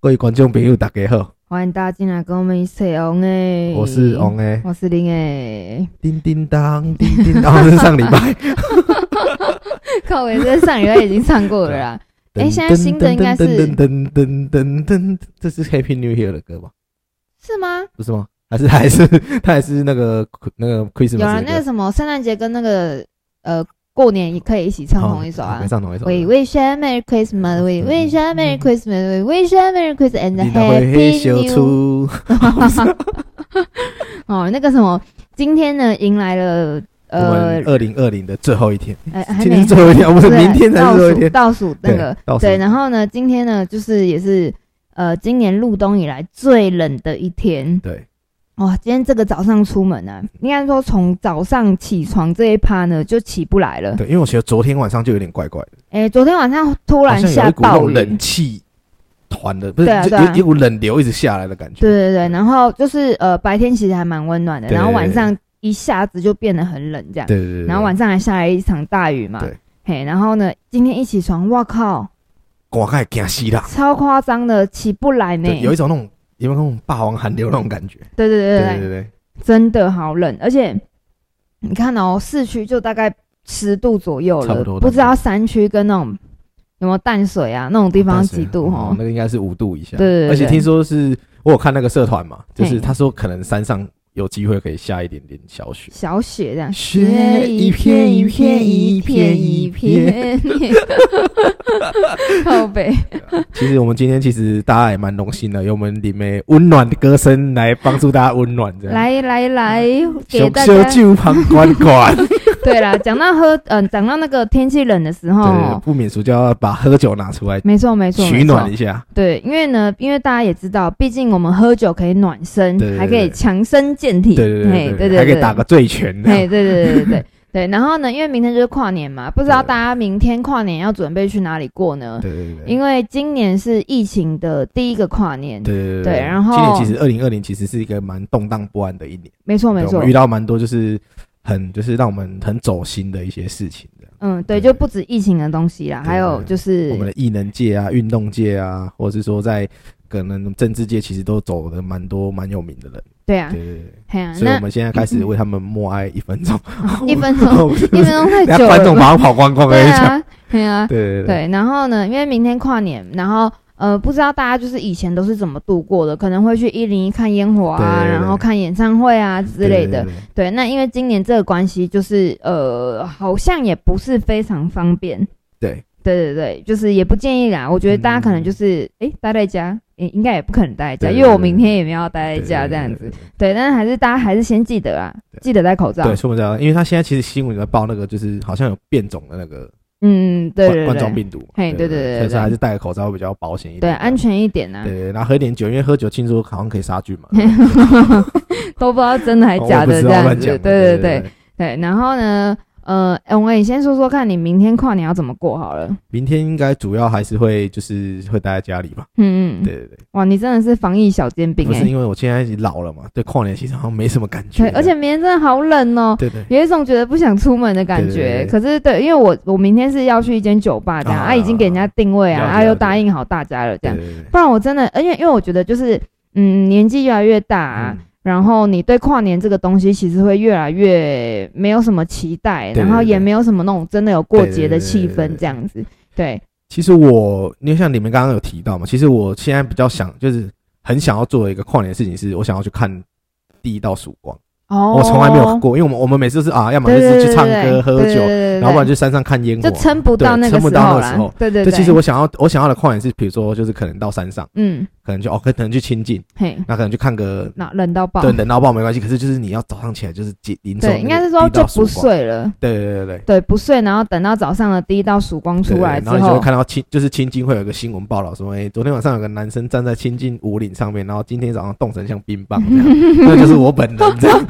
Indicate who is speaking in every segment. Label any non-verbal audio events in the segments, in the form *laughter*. Speaker 1: 各位观众朋友，大家好，
Speaker 2: 欢迎大家进来跟我们一起玩诶！
Speaker 1: 我是王，诶，
Speaker 2: 我是林诶。
Speaker 1: 叮叮当，叮叮当，是上礼拜。
Speaker 2: 靠我这上礼拜已经唱过
Speaker 1: *laughs*
Speaker 2: 了啦。诶现在新的应该是
Speaker 1: 噔噔噔噔噔，这是 Happy New Year 的歌吧？
Speaker 2: 是吗？
Speaker 1: 不是吗？还是还是它还是那个那个 Christmas
Speaker 2: 有啊，
Speaker 1: 的
Speaker 2: 那个
Speaker 1: 歌？
Speaker 2: 什么圣诞节跟那个呃过年也可以一起唱同一首啊
Speaker 1: 好。上同一首。
Speaker 2: We wish you a Merry Christmas, we wish you a Merry Christmas, we wish you a Merry Christmas and a
Speaker 1: 你那 Mm-hmm 会嘿
Speaker 2: Happy
Speaker 1: 秀
Speaker 2: New。
Speaker 1: 出，
Speaker 2: *laughs* 哦，那个什么，今天呢迎来了
Speaker 1: 我
Speaker 2: 呃
Speaker 1: 们，二零二零的最后一天，
Speaker 2: 哎还
Speaker 1: 今
Speaker 2: 没
Speaker 1: 天是最后一天，不是
Speaker 2: 对
Speaker 1: 明天才是最后一天。
Speaker 2: 倒数倒数那个
Speaker 1: 对倒数
Speaker 2: 对，然后呢，今天呢，就是也是呃，今年入冬以来最冷的一天
Speaker 1: 对，
Speaker 2: 哇！今天这个早上出门啊，应该说从早上起床这一趴呢就起不来了。
Speaker 1: 对，因为我觉得昨天晚上就有点怪怪的，
Speaker 2: 哎，昨天晚上突
Speaker 1: 好
Speaker 2: 然
Speaker 1: 像有
Speaker 2: 下
Speaker 1: 一股那
Speaker 2: 暴
Speaker 1: 种
Speaker 2: 雨，
Speaker 1: 冷气团的，不是
Speaker 2: 对啊
Speaker 1: 就
Speaker 2: 对啊
Speaker 1: 有一股冷流一直下来的感觉。
Speaker 2: 对对对，然后就是呃，白天其实还蛮温暖的，
Speaker 1: 对
Speaker 2: 然后晚上一下子就变得很冷这样，
Speaker 1: 对对对对，
Speaker 2: 然后晚上还下来一场大雨嘛
Speaker 1: 对，
Speaker 2: 嘿，然后呢，今天一起床，哇靠，
Speaker 1: 我开始惊死
Speaker 2: *laughs*
Speaker 1: 啦，
Speaker 2: 超夸张的，起不来呢，
Speaker 1: 对，有一种那种有没有那种霸王寒流那种感觉？
Speaker 2: 对对
Speaker 1: 对
Speaker 2: 对对
Speaker 1: 对对对，
Speaker 2: 真的好冷，而且你看哦，市区就大概十度左右
Speaker 1: 差
Speaker 2: 了，
Speaker 1: 不多
Speaker 2: 不知道山区跟那种有没有淡水啊那种地方
Speaker 1: 但是
Speaker 2: 几度哦
Speaker 1: 啊那。个应该是五度以下。
Speaker 2: 对对对对
Speaker 1: 而且听说是我有看那个社团嘛，就是
Speaker 2: 嘿
Speaker 1: 他说可能山上有机会可以下一点点小雪。
Speaker 2: 小雪这样，
Speaker 1: 雪一片一片一片一片，
Speaker 2: 靠北，
Speaker 1: 其实我们今天其实大家也蛮荣幸的，有我们里面温暖的歌声来帮助大家温暖，这样。
Speaker 2: 来来来，给
Speaker 1: 熊
Speaker 2: 大
Speaker 1: 修
Speaker 2: 家。
Speaker 1: 旧旁观
Speaker 2: *laughs*
Speaker 1: 观，对
Speaker 2: 对啦，讲到喝，嗯、讲到那个天气冷的时候
Speaker 1: 对对
Speaker 2: 哦，
Speaker 1: 不免俗就要把喝酒拿出来
Speaker 2: 没错没错，
Speaker 1: 取
Speaker 2: 没错
Speaker 1: 暖一下。
Speaker 2: 对，因为呢，因为大家也知道，毕竟我们喝酒可以暖身，
Speaker 1: 对对对
Speaker 2: 还可以强身健体，
Speaker 1: 对对
Speaker 2: 嘿
Speaker 1: 对
Speaker 2: 对
Speaker 1: 还可以打个醉拳这样。
Speaker 2: 嘿，对对对对对对。然后呢，因为明天就是跨年嘛，不知道
Speaker 1: 对
Speaker 2: 大家明天跨年要准备去哪里过呢？
Speaker 1: 对对对对。
Speaker 2: 因为今年是疫情的第一个跨年，
Speaker 1: 对对
Speaker 2: 对然后
Speaker 1: 今年其实二零二零其实是一个蛮动荡不安的一年，
Speaker 2: 没错
Speaker 1: 对
Speaker 2: 没
Speaker 1: 我
Speaker 2: 错
Speaker 1: 们，遇到蛮多就是很就是让我们很走心的一些事情的，
Speaker 2: 嗯，对，
Speaker 1: 对
Speaker 2: 就不止疫情的东西啦，
Speaker 1: 对
Speaker 2: 还有就
Speaker 1: 我们
Speaker 2: 是
Speaker 1: 的艺能界啊、运动界啊，或者是说在可能政治界，其实都走的蛮多蛮有名的人，
Speaker 2: 对啊
Speaker 1: 对，对对，
Speaker 2: 嘿啊，
Speaker 1: 所以我 *laughs*
Speaker 2: 那
Speaker 1: 们现在开始为他们默哀一分钟，
Speaker 2: 一分
Speaker 1: *laughs*
Speaker 2: 钟
Speaker 1: 不是
Speaker 2: 一分钟太
Speaker 1: 等
Speaker 2: 久
Speaker 1: 下观众
Speaker 2: 了吧，
Speaker 1: 马上跑光光，我跟
Speaker 2: 对
Speaker 1: 你讲，
Speaker 2: 啊，对啊，
Speaker 1: 对对
Speaker 2: 对，然后呢，因为明天跨年，然后呃，不知道大家就是以前都是怎么度过的，可能会去一零一看烟火啊，
Speaker 1: 对对对嗯
Speaker 2: 然后看演唱会啊之类的。
Speaker 1: 对对对
Speaker 2: 对，那因为今年这个关系，就是呃，好像也不是非常方便。
Speaker 1: 对，
Speaker 2: 对对对，就是也不建议啦。我觉得大家可能就是诶、待在家，也应该也不可能待在家，
Speaker 1: 对对
Speaker 2: 因为我明天也没有要待在
Speaker 1: 对
Speaker 2: 家
Speaker 1: 对
Speaker 2: 这样
Speaker 1: 对
Speaker 2: 子。对，但是还是大家还是先记得啊，
Speaker 1: 对
Speaker 2: 记得戴口罩。
Speaker 1: 对，说不着，因为他现在其实新闻有在报那个，就是好像有变种的那个
Speaker 2: 嗯，对对
Speaker 1: 冠冠
Speaker 2: 对
Speaker 1: 状
Speaker 2: 对，
Speaker 1: 病毒嘛，
Speaker 2: 嘿对对对
Speaker 1: 所
Speaker 2: 对
Speaker 1: 以说
Speaker 2: 对
Speaker 1: 还是戴个口罩会比较保险一点，
Speaker 2: 对安全一点啊，
Speaker 1: 对，然后喝点酒，因为喝酒听说好像可以杀菌嘛，
Speaker 2: *laughs* 都不知道真的 *laughs* 还
Speaker 1: 我
Speaker 2: 假
Speaker 1: 不
Speaker 2: 的
Speaker 1: 知
Speaker 2: 这
Speaker 1: 道
Speaker 2: 样
Speaker 1: 乱
Speaker 2: 子。
Speaker 1: 讲
Speaker 2: 对
Speaker 1: 的
Speaker 2: 对
Speaker 1: 对
Speaker 2: 对，对，然后呢，呃，哎我们你先说说看你明天跨年要怎么过好了。
Speaker 1: 明天应该主要还是会就是会待在家里吧，
Speaker 2: 嗯嗯，
Speaker 1: 对对对，
Speaker 2: 哇，你真的是防疫小煎饼
Speaker 1: 不
Speaker 2: 哎、
Speaker 1: 是因为我现在已经老了嘛，对跨年其实好像没什么感觉
Speaker 2: 对，，而且明天真的好冷哦、
Speaker 1: 对对
Speaker 2: 有一种觉得不想出门的感觉
Speaker 1: 对对对，
Speaker 2: 可是对，因为我我明天是要去一间酒吧，这样
Speaker 1: 啊
Speaker 2: 啊，已经给人家定位啊，
Speaker 1: 了解
Speaker 2: 啊又
Speaker 1: 了解
Speaker 2: 答应好大家了，这
Speaker 1: 对
Speaker 2: 样，
Speaker 1: 对对，
Speaker 2: 不然我真的，而且因为我觉得就是，嗯，年纪越来越大啊、
Speaker 1: 嗯
Speaker 2: 然后你对跨年这个东西其实会越来越没有什么期待，
Speaker 1: 对对
Speaker 2: 然后也
Speaker 1: 对
Speaker 2: 没有什么那种真的有过节
Speaker 1: 对对
Speaker 2: 的
Speaker 1: 对
Speaker 2: 气
Speaker 1: 对对
Speaker 2: 氛
Speaker 1: 对
Speaker 2: 这样子，对，
Speaker 1: 其实我因为像你们刚刚有提到嘛，其实我现在比较想就是很想要做的一个跨年的事情是，我想要去看第一道曙光，
Speaker 2: 哦
Speaker 1: 我从来没有过，因为我们我们每次都是啊，要么
Speaker 2: 对，
Speaker 1: 就
Speaker 2: 对对
Speaker 1: 是
Speaker 2: 对
Speaker 1: 去唱歌喝
Speaker 2: 对对
Speaker 1: 酒
Speaker 2: 对，对对
Speaker 1: 然后不然就山上看烟火
Speaker 2: 就
Speaker 1: 啊，
Speaker 2: 撑不到
Speaker 1: 对
Speaker 2: 那个
Speaker 1: 撑不
Speaker 2: 时
Speaker 1: 到
Speaker 2: 候
Speaker 1: 那时
Speaker 2: 啦
Speaker 1: 候，
Speaker 2: 对对
Speaker 1: 就
Speaker 2: 对，
Speaker 1: 其实我想要我想要的跨年是，比如说就是可能到山上，
Speaker 2: 嗯
Speaker 1: 可能就哦，可可能去亲近，
Speaker 2: 嘿，
Speaker 1: 那可能去看个，
Speaker 2: 那冷到爆，
Speaker 1: 对，冷到爆没关系。可是就是你要早上起来就是接零
Speaker 2: 对，应该是说就不，睡了，
Speaker 1: 对对对对。
Speaker 2: 对，不睡，然后等到早上的第一道曙光
Speaker 1: 对
Speaker 2: 出来之
Speaker 1: 然后你就会
Speaker 2: 后，
Speaker 1: 看到亲，就是亲近会有一个新闻报道说，哎、昨天晚上有个男生站在亲近五岭上面，然后今天早上冻成像冰棒
Speaker 2: *laughs*
Speaker 1: 这样，那就是我本人这样，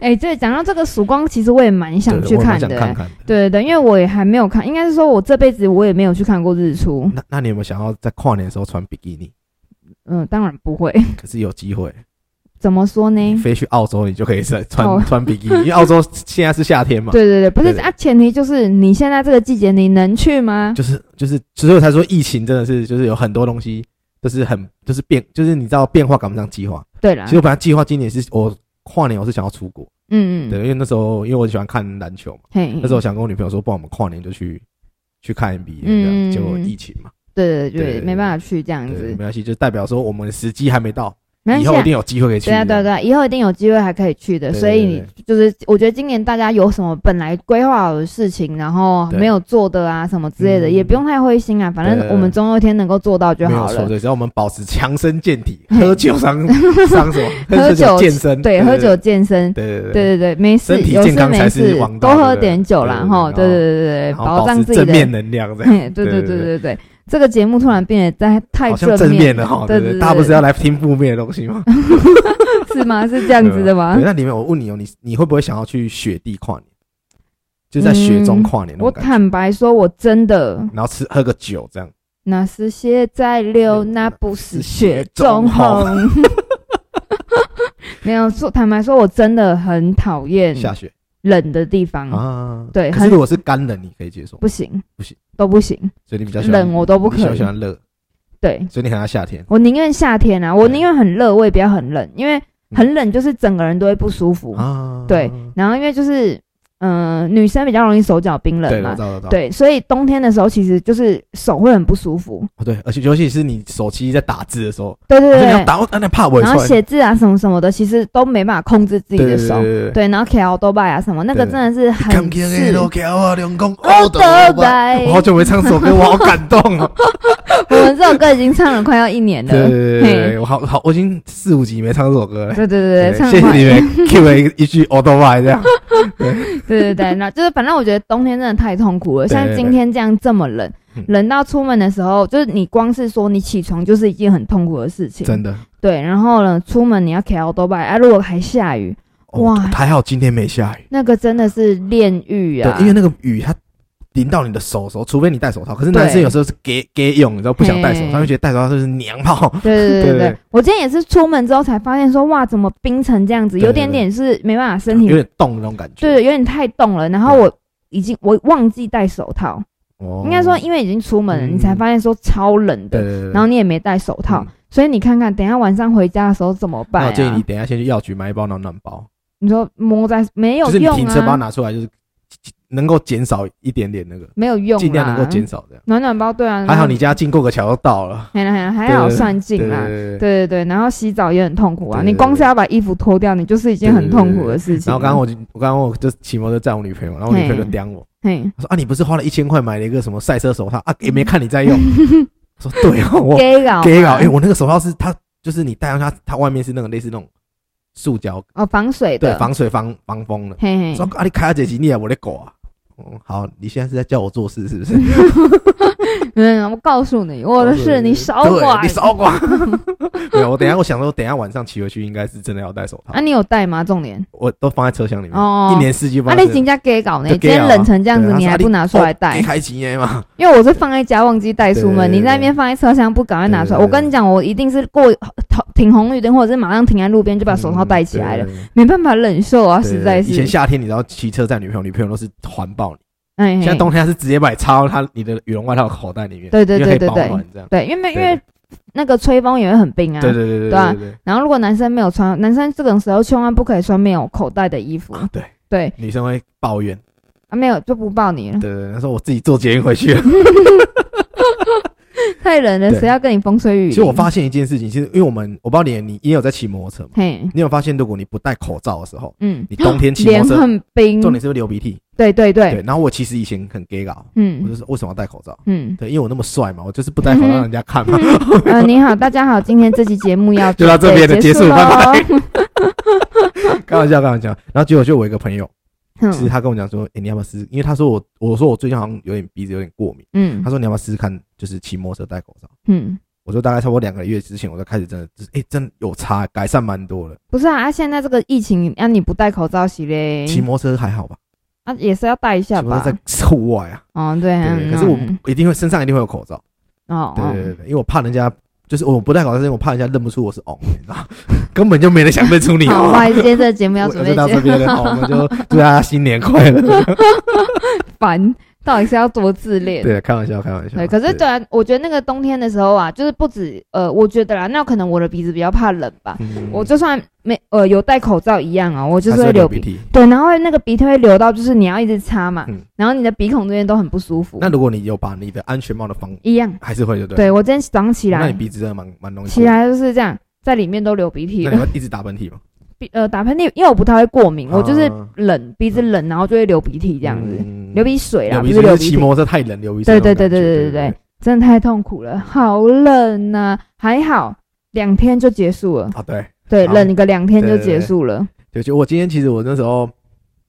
Speaker 2: 哎，对，讲到这个曙光，其实我也蛮 *laughs* 想
Speaker 1: 对
Speaker 2: 去
Speaker 1: 我蛮
Speaker 2: 看的
Speaker 1: 想看
Speaker 2: 欸，
Speaker 1: 看的。
Speaker 2: 对对对，因为我也还没有看，应该是说我这辈子我也没有去看过日出，
Speaker 1: 那那你有没有想要在跨年的时候穿比基尼？
Speaker 2: 嗯，当然不会， *laughs*
Speaker 1: 可是有机会，
Speaker 2: 怎么说呢？
Speaker 1: 你飞去澳洲，你就可以穿
Speaker 2: 哦
Speaker 1: 穿穿比基尼，因为澳洲现在是夏天嘛。
Speaker 2: 对对对，不
Speaker 1: 对
Speaker 2: 是
Speaker 1: 对
Speaker 2: 啊，前提就是你现在这个季节你能去吗？
Speaker 1: 就是就是，所以我才说疫情真的是就是有很多东西，就是很就是变，就是你知道变化赶不上计划。
Speaker 2: 对啦
Speaker 1: 其，实我本来计划今年是我跨年我是想要出国，
Speaker 2: 嗯嗯，嗯
Speaker 1: 对，因为那时候因为我喜欢看篮球嘛，
Speaker 2: 嘿，
Speaker 1: 那时候想跟我女朋友说，不然我们跨年就去去看 NBA 这
Speaker 2: 嗯
Speaker 1: 样，结果疫情嘛，
Speaker 2: 对对对
Speaker 1: 对对
Speaker 2: 对，没办法去这样
Speaker 1: 对，
Speaker 2: 子
Speaker 1: 没，关系，就代表说我们的时机还没到，
Speaker 2: 没
Speaker 1: 以后一
Speaker 2: 关系
Speaker 1: 定
Speaker 2: 啊。
Speaker 1: 有机会可以去。
Speaker 2: 对啊，对啊对啊，以后一定有机会还可以去的，
Speaker 1: 对对
Speaker 2: 所以你就是我觉得今年大家有什么本来规划好的事情，然后
Speaker 1: 对
Speaker 2: 没有做的啊什么之类的，
Speaker 1: 嗯
Speaker 2: 也不用太灰心啊，反正
Speaker 1: 对对
Speaker 2: 我们总有一天能够做到就
Speaker 1: 没
Speaker 2: 好
Speaker 1: 有错，
Speaker 2: 了。
Speaker 1: 对，只要我们保持强身健体，喝酒
Speaker 2: *laughs*
Speaker 1: 伤伤什么？
Speaker 2: 喝酒
Speaker 1: 酒健身，
Speaker 2: 对，喝酒，健身，
Speaker 1: 对对
Speaker 2: 对对对，没事，
Speaker 1: 身体
Speaker 2: 有事
Speaker 1: 健康
Speaker 2: 没
Speaker 1: 才是
Speaker 2: 事
Speaker 1: 王，道
Speaker 2: 多喝
Speaker 1: 对不对
Speaker 2: 点酒
Speaker 1: 对
Speaker 2: 啦，
Speaker 1: 对
Speaker 2: 哈，
Speaker 1: 对
Speaker 2: 对对对对，
Speaker 1: 然后
Speaker 2: 保障
Speaker 1: 持
Speaker 2: 自己
Speaker 1: 正
Speaker 2: 的。
Speaker 1: 面能量这样。
Speaker 2: 嘿对对
Speaker 1: 对
Speaker 2: 对
Speaker 1: 对
Speaker 2: 对对，这个节目突然变得太太
Speaker 1: 好像正面
Speaker 2: 面
Speaker 1: 的哈，
Speaker 2: 对
Speaker 1: 对
Speaker 2: 对
Speaker 1: 对，
Speaker 2: 对，
Speaker 1: 大家不是要来听负面的东西吗？
Speaker 2: 是吗？是这样子的吗
Speaker 1: 对，？那里面我问你哦，你你会不会想要去雪地跨年？就是在雪中跨年那
Speaker 2: 我
Speaker 1: 种感觉，
Speaker 2: 坦白说，我真的
Speaker 1: 然后吃喝个酒这样。
Speaker 2: 那是血在流，那不是雪中红。
Speaker 1: *laughs*
Speaker 2: 没有说，坦白说，我真的很讨厌
Speaker 1: 下雪
Speaker 2: 冷的地方，
Speaker 1: 啊，
Speaker 2: 嗯对
Speaker 1: 可
Speaker 2: 很
Speaker 1: 是如果是干冷，你可以接受，
Speaker 2: 不行，
Speaker 1: 不行，
Speaker 2: 都不行，
Speaker 1: 所以你比较喜欢
Speaker 2: 冷我都不
Speaker 1: 你喜
Speaker 2: 可
Speaker 1: 欢
Speaker 2: 以
Speaker 1: 喜。欢热，
Speaker 2: 对，
Speaker 1: 所以你很爱夏天
Speaker 2: 我宁愿夏天啊，我
Speaker 1: 对
Speaker 2: 宁愿很热，我也不要很冷，因为
Speaker 1: 嗯
Speaker 2: 很冷就是整个人都会不舒服。
Speaker 1: 啊。
Speaker 2: 对然后因为就是，嗯、女生比较容易手脚冰冷
Speaker 1: 对，我
Speaker 2: 嘛
Speaker 1: 知，道，我知道。
Speaker 2: 对，所以冬天的时候其实就是手会很不舒服。
Speaker 1: 哦对，而且尤其是你手机在打字的时候，
Speaker 2: 对对
Speaker 1: 可是你
Speaker 2: 对
Speaker 1: 要，打，那怕我也
Speaker 2: 然后
Speaker 1: 出来。
Speaker 2: 写字啊什么什么的，其实都没办法控制自己
Speaker 1: 对对
Speaker 2: 的
Speaker 1: 对
Speaker 2: 手。
Speaker 1: 对对。
Speaker 2: 对，然后 K L 多拜啊什么，那个
Speaker 1: 对
Speaker 2: 真的是
Speaker 1: 看
Speaker 2: 很
Speaker 1: 见那
Speaker 2: 是
Speaker 1: 路桥啊，两公
Speaker 2: 哦
Speaker 1: 哦
Speaker 2: 得
Speaker 1: 得吧
Speaker 2: 拜
Speaker 1: 我好久没唱这首歌，我好感动哦。
Speaker 2: 我们这首歌已经唱了快要一年了。
Speaker 1: 对对对对
Speaker 2: 嘿
Speaker 1: 对，我好好，我已经四五集没唱这首歌了。
Speaker 2: 对对对对，唱
Speaker 1: 谢谢
Speaker 2: 了快
Speaker 1: 你们 Q 了 *laughs* 一句 a u t o b y 这
Speaker 2: *laughs*
Speaker 1: 样。
Speaker 2: 对对对，那就是反正我觉得冬天真的太痛苦了，
Speaker 1: 对对
Speaker 2: 像
Speaker 1: 对
Speaker 2: 今天这样这么冷
Speaker 1: 嗯，
Speaker 2: 冷到出门的时候，就是你光是说你起床就是一件很痛苦的事情，
Speaker 1: 真的。
Speaker 2: 对。然后呢，出门你要 K L 多拜，哎，如果还下雨，
Speaker 1: 哦
Speaker 2: 哇
Speaker 1: 还好今天没下雨。
Speaker 2: 那个真的是炼狱啊！
Speaker 1: 对，因为那个雨它淋到你的手的时候，除非你戴手套。可是
Speaker 2: 对
Speaker 1: 男生有时候是给给用，你知道不想戴手
Speaker 2: 嘿
Speaker 1: 套，就觉得戴手套就是娘炮。
Speaker 2: 对对对对
Speaker 1: 对
Speaker 2: 对，我今天也是出门之后才发现说，哇，怎么冰成这样子，
Speaker 1: 对对
Speaker 2: 有点点是没办法，身体
Speaker 1: 有点冻那种感觉。
Speaker 2: 对，有点太冻了。然后我已经我忘记戴手套，
Speaker 1: 哦，
Speaker 2: 应该说因为已经出门了，
Speaker 1: 嗯
Speaker 2: 你才发现说超冷
Speaker 1: 对
Speaker 2: 的，
Speaker 1: 对对对。
Speaker 2: 然后你也没戴手套
Speaker 1: 嗯，
Speaker 2: 所以你看看，等一下晚上回家的时候怎么
Speaker 1: 那
Speaker 2: 办
Speaker 1: 我建议
Speaker 2: 啊
Speaker 1: 你？等一下先去药局买一包暖暖包，
Speaker 2: 你说摸在没有
Speaker 1: 就是你
Speaker 2: 用
Speaker 1: 停车把它
Speaker 2: 啊，
Speaker 1: 拿出来，就是能够减少一点点那个，
Speaker 2: 没有用，啊
Speaker 1: 尽量能够减。少这样。
Speaker 2: 暖暖包对啊，
Speaker 1: 还好你家经过个桥就到了。
Speaker 2: 还还还好算
Speaker 1: 对
Speaker 2: 尽啦。
Speaker 1: 对对对。
Speaker 2: 对对对，然后洗澡也很痛苦啊！
Speaker 1: 对对
Speaker 2: 你光是要把衣服脱掉，你就是一件很痛苦的事情。
Speaker 1: 然
Speaker 2: 啊
Speaker 1: 后刚刚我就我刚刚我就骑摩托载我女朋友，然后我女朋友就
Speaker 2: 嘿
Speaker 1: 刁我，
Speaker 2: 嘿，
Speaker 1: 他说啊，你不是花了一千块买了一个什么赛车手套啊？也没看你在
Speaker 2: *laughs*
Speaker 1: 用。我说对啊，我
Speaker 2: 给搞
Speaker 1: 给搞，哎，我那个手套是它，就是你戴上它，它外面是那种类似那种塑胶，
Speaker 2: 哦，防水
Speaker 1: 对
Speaker 2: 的，，
Speaker 1: 防水防防风的。
Speaker 2: 嘿
Speaker 1: 说
Speaker 2: 嘿，
Speaker 1: 啊，你开这集你也我的狗啊。哦，好，你现在是在叫我做事是不是？
Speaker 2: 嗯，我告诉你，我的事你少
Speaker 1: 对
Speaker 2: 管
Speaker 1: 你。少管。
Speaker 2: *laughs*
Speaker 1: 没有，我等一下我想说，等一下晚上骑回去应该是真的要戴手套
Speaker 2: 啊，，你有带吗？重点，
Speaker 1: 我都放在车厢里面
Speaker 2: 哦，
Speaker 1: 一年四季
Speaker 2: 啊，
Speaker 1: 放在
Speaker 2: 你
Speaker 1: 车厢。
Speaker 2: 人家给搞呢，
Speaker 1: 就
Speaker 2: 今
Speaker 1: 给啊
Speaker 2: 天冷成这样子，
Speaker 1: 对
Speaker 2: 你还不拿出来带
Speaker 1: 没？开机耶嘛？
Speaker 2: 因为我是放在家忘记带出门，
Speaker 1: 哦对对对
Speaker 2: 你在那边放在车厢不赶快拿出
Speaker 1: 对
Speaker 2: 来。
Speaker 1: 对对
Speaker 2: 我跟你讲，我一定是过停红绿灯，或者是马上停在路边就把手套戴起来了
Speaker 1: 嗯，，对对对
Speaker 2: 没办法忍受啊，
Speaker 1: 对对
Speaker 2: 实在
Speaker 1: 以前
Speaker 2: 是。
Speaker 1: 夏天你知道骑车载女朋友，女朋友都是环抱你，
Speaker 2: 哎
Speaker 1: 现在冬天她是直接把你插到她你的羽绒外套口袋里面，
Speaker 2: 对对对
Speaker 1: 因为可
Speaker 2: 对
Speaker 1: 以保
Speaker 2: 对
Speaker 1: 暖这样。
Speaker 2: 对，因为因
Speaker 1: 对
Speaker 2: 为那个吹风也会很冰啊。
Speaker 1: 对对对
Speaker 2: 对啊
Speaker 1: 对对，
Speaker 2: 然后如果男生没有穿，男生这种时候千万不可以穿没有口袋的衣服。
Speaker 1: 啊对，
Speaker 2: 对
Speaker 1: 女生会抱怨，
Speaker 2: 啊，没有就不抱你了，
Speaker 1: 对对对，她说我自己坐捷运回去了。
Speaker 2: *laughs* 嗯太冷了，
Speaker 1: 对
Speaker 2: 谁要跟你风吹雨淋？
Speaker 1: *laughs* 其实我发现一件事情，其实因为我们我不知道你你也有在骑摩托车嘛，
Speaker 2: 嘿，
Speaker 1: 你有发现如果你不戴口罩的时候，
Speaker 2: 嗯，
Speaker 1: 你冬天骑摩
Speaker 2: 脸
Speaker 1: 托车，
Speaker 2: 很冰，
Speaker 1: 重点是会流鼻涕。
Speaker 2: 对对
Speaker 1: 对
Speaker 2: 嗯对，，
Speaker 1: 然后我其实以前很 gay 搞，我
Speaker 2: 嗯
Speaker 1: 就说为什么要戴口罩？
Speaker 2: 嗯，
Speaker 1: 对，因为我那么帅嘛，我就是不
Speaker 2: *laughs*
Speaker 1: 戴口罩让人家看嘛。 *laughs*
Speaker 2: 呃，你好，大家好，今天这期节目要
Speaker 1: 就到这边了
Speaker 2: 结
Speaker 1: 结束拜
Speaker 2: 喽。
Speaker 1: 开玩笑，开玩笑。然后结果就我一个朋友，其实
Speaker 2: *laughs* 嗯
Speaker 1: 他跟我讲说，哎、你要不要试试？因为他说我，我说我最近好像有点鼻子有点过敏。
Speaker 2: 嗯
Speaker 1: 他说你要不要试试看，就是骑摩托车戴口罩？
Speaker 2: 嗯，
Speaker 1: 我说大概差不多两个月之前，我就开始真的，就是哎、真的有差，改善蛮多了。
Speaker 2: 不是啊，啊现在这个疫情，啊，你不戴口罩洗嘞，
Speaker 1: 骑摩托车还好吧？
Speaker 2: 啊也是要戴一下
Speaker 1: 骑摩
Speaker 2: 吧
Speaker 1: 托车。在户外啊，
Speaker 2: 哦，对啊，
Speaker 1: 对。可是我
Speaker 2: 嗯
Speaker 1: 一定会身上一定会有口罩，
Speaker 2: 哦
Speaker 1: 对
Speaker 2: 哦
Speaker 1: 对对对，因为我怕人家。就是我不戴口罩，是因为我怕人家认不出我是哦， *laughs* 你知道，根本就没人想认出你。
Speaker 2: 好，不
Speaker 1: 哦
Speaker 2: 好意思，今天这个节目要
Speaker 1: 我
Speaker 2: 准
Speaker 1: 就
Speaker 2: 备
Speaker 1: 到
Speaker 2: 结
Speaker 1: 这
Speaker 2: *laughs*
Speaker 1: 边了，好我们就祝大家新年快乐。
Speaker 2: 烦。到底是要多自恋？
Speaker 1: 对，开玩笑，开玩笑。
Speaker 2: 对，可是对啊，我觉得那个冬天的时候啊，就是不止呃，我觉得啦，那可能我的鼻子比较怕冷吧，
Speaker 1: 嗯
Speaker 2: 我就算没呃有戴口罩一样啊，我就是
Speaker 1: 还
Speaker 2: 会流
Speaker 1: 鼻
Speaker 2: 鼻。
Speaker 1: 涕。
Speaker 2: 对，然后会那个鼻涕会流到，就是你要一直擦嘛，
Speaker 1: 嗯
Speaker 2: 然后你的鼻孔这边都很不舒服
Speaker 1: 那，如果你有把你的安全帽的防，
Speaker 2: 一样。
Speaker 1: 还是会就对。
Speaker 2: 对我今天早上起
Speaker 1: 那你，
Speaker 2: 来
Speaker 1: 鼻子真的蛮蛮容易过
Speaker 2: 起
Speaker 1: 敏。
Speaker 2: 来就是这样，在里面都流鼻涕
Speaker 1: 那你
Speaker 2: 了，
Speaker 1: 会一直打喷嚏吗？
Speaker 2: 鼻呃打喷嚏，因为我不太会过敏，我就是
Speaker 1: 啊
Speaker 2: 冷鼻子冷，然后就会流鼻 *laughs* 涕这
Speaker 1: 这
Speaker 2: 样子，流鼻水啦，
Speaker 1: 嗯流鼻
Speaker 2: 不是
Speaker 1: 水
Speaker 2: 流
Speaker 1: 就是
Speaker 2: 鼻
Speaker 1: 骑
Speaker 2: 涕，
Speaker 1: 摩托车太冷，流鼻水
Speaker 2: 对
Speaker 1: 那种
Speaker 2: 对
Speaker 1: 感觉。
Speaker 2: 对对对对
Speaker 1: 对
Speaker 2: 对，真的太痛苦了，好冷呐、还好两天就结束了，
Speaker 1: 啊，对，
Speaker 2: 对，
Speaker 1: 好
Speaker 2: 冷个两天就
Speaker 1: 对对
Speaker 2: 结
Speaker 1: 对
Speaker 2: 束了，
Speaker 1: 就就我今天其实我那时候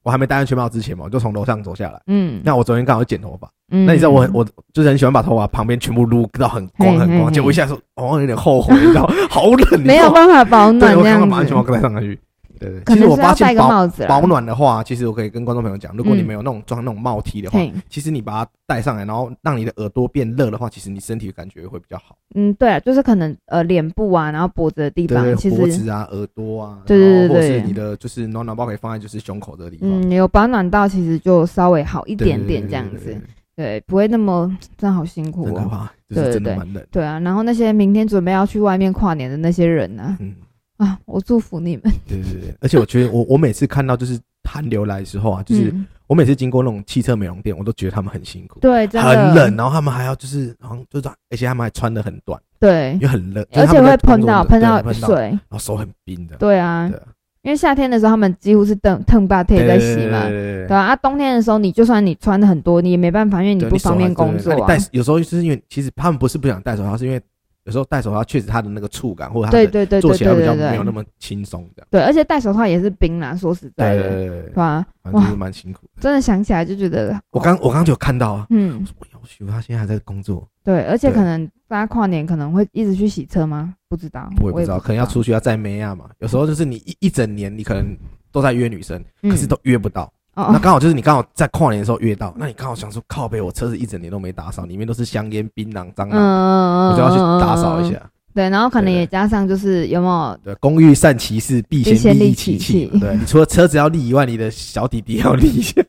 Speaker 1: 我还没戴安全帽之前嘛，我就从楼上走下来。
Speaker 2: 嗯，
Speaker 1: 那我昨天刚好去剪头发，
Speaker 2: 嗯
Speaker 1: 那你知道我很我就是很喜欢把头发旁边全部撸到很光
Speaker 2: 嘿
Speaker 1: 很
Speaker 2: 嘿
Speaker 1: 光，
Speaker 2: 嘿
Speaker 1: 结果一下说哦有点后悔，你知道好冷，
Speaker 2: *laughs* 没有
Speaker 1: 你知道吗
Speaker 2: 办法保暖
Speaker 1: *laughs* 对，我
Speaker 2: 这
Speaker 1: 刚
Speaker 2: 样
Speaker 1: 刚把安全帽
Speaker 2: 子，
Speaker 1: 戴上去。对对，
Speaker 2: 可
Speaker 1: 其实
Speaker 2: 能
Speaker 1: 我
Speaker 2: 是
Speaker 1: 发
Speaker 2: 要戴
Speaker 1: 现
Speaker 2: 个
Speaker 1: 保
Speaker 2: 帽子啊啦
Speaker 1: 保，暖的话，其实我可以跟观众朋友讲，如果你
Speaker 2: 嗯
Speaker 1: 没有那种装那种帽 T 的话，
Speaker 2: 嘿，
Speaker 1: 其实你把它戴上来，然后让你的耳朵变热的话，其实你身体感觉会比较好。
Speaker 2: 嗯，对啊，就是可能呃脸部啊，然后脖子的地
Speaker 1: 对
Speaker 2: 方，
Speaker 1: 对，
Speaker 2: 其
Speaker 1: 脖
Speaker 2: 实
Speaker 1: 子啊、耳朵啊，
Speaker 2: 对对对
Speaker 1: 然后或者
Speaker 2: 对
Speaker 1: 是你的就是暖暖包可以放在就是胸口这个地方，
Speaker 2: 嗯有保暖到，其实就稍微好一
Speaker 1: 一
Speaker 2: 点点这样子，对，不会那么嗯真的好辛苦
Speaker 1: 很可
Speaker 2: 哦。
Speaker 1: 怕，就
Speaker 2: 对
Speaker 1: 是真
Speaker 2: 对
Speaker 1: 的蛮冷。
Speaker 2: 对啊，然后那些明天准备要去外面跨年的那些人呢、
Speaker 1: 嗯，
Speaker 2: 啊，我祝福你们。
Speaker 1: 对对对，而且我觉得我我每次看到就是寒流来的时候啊，就是
Speaker 2: 嗯、
Speaker 1: 我每次经过那种汽车美容店，我都觉得他们很辛苦。
Speaker 2: 对，真的
Speaker 1: 很冷，，然后他们还要就是，好像就是，而且他们还穿的很短，
Speaker 2: 对
Speaker 1: 因，为很冷，就
Speaker 2: 而
Speaker 1: 是
Speaker 2: 且
Speaker 1: 他们
Speaker 2: 会
Speaker 1: 在工
Speaker 2: 喷
Speaker 1: 作的
Speaker 2: 到
Speaker 1: 对
Speaker 2: 喷
Speaker 1: 喷
Speaker 2: 到
Speaker 1: 到，
Speaker 2: 水，
Speaker 1: 然后手很冰的。
Speaker 2: 对啊
Speaker 1: 对啊，
Speaker 2: 因为夏天的时候他们几乎是蹬腾把腿在洗嘛
Speaker 1: 对，对对对
Speaker 2: 对啊，啊冬天的时候你就算你穿的很多，你也没办法，因为你
Speaker 1: 对
Speaker 2: 嗯不
Speaker 1: 手
Speaker 2: 方便
Speaker 1: 还对
Speaker 2: 工
Speaker 1: 对
Speaker 2: 作
Speaker 1: 那你
Speaker 2: 啊
Speaker 1: 戴。有时候就是因为其实他们不是不想戴手套，是因为有时候戴手套确实它的那个触感或者它
Speaker 2: 对
Speaker 1: 的
Speaker 2: 对对
Speaker 1: 做
Speaker 2: 对
Speaker 1: 起
Speaker 2: 对
Speaker 1: 来比
Speaker 2: 对
Speaker 1: 较没有那
Speaker 2: 对，
Speaker 1: 么轻松的。
Speaker 2: 对，而且戴手套也是冰啦，说实在
Speaker 1: 对
Speaker 2: 的，
Speaker 1: 对对
Speaker 2: 对
Speaker 1: 对，
Speaker 2: 吧？
Speaker 1: 反正就
Speaker 2: 哇
Speaker 1: 是蛮辛苦的。
Speaker 2: 真的想起来就觉得，
Speaker 1: 我刚我刚就有看到啊，
Speaker 2: 嗯，
Speaker 1: 我要许他现在还在工作，
Speaker 2: 对，而且
Speaker 1: 对
Speaker 2: 可能大家跨年可能会一直去洗车吗？不知道，
Speaker 1: 我也不知道，可能要
Speaker 2: 出，
Speaker 1: 出去要载妹啊嘛。有时候就是你一一整年你可能都在约女生，
Speaker 2: 嗯
Speaker 1: 可是都约不到。
Speaker 2: 哦
Speaker 1: 那
Speaker 2: 哦，
Speaker 1: 刚好就是你刚好在跨年的时候约到，那你刚好想说靠背，我车子一整年都没打扫，里面都是香烟、槟榔、蟑螂，
Speaker 2: 嗯
Speaker 1: 我就要去打扫一。
Speaker 2: 嗯嗯嗯嗯
Speaker 1: 下。
Speaker 2: 对，然后可能
Speaker 1: 对对
Speaker 2: 也加上就是有没有
Speaker 1: 对，工欲善其事，必
Speaker 2: 必先
Speaker 1: 先利
Speaker 2: 利
Speaker 1: 其
Speaker 2: 其
Speaker 1: 器
Speaker 2: 器
Speaker 1: 嘛。对，你除了车子要利以外，你的小弟弟要利
Speaker 2: *laughs*
Speaker 1: 一下，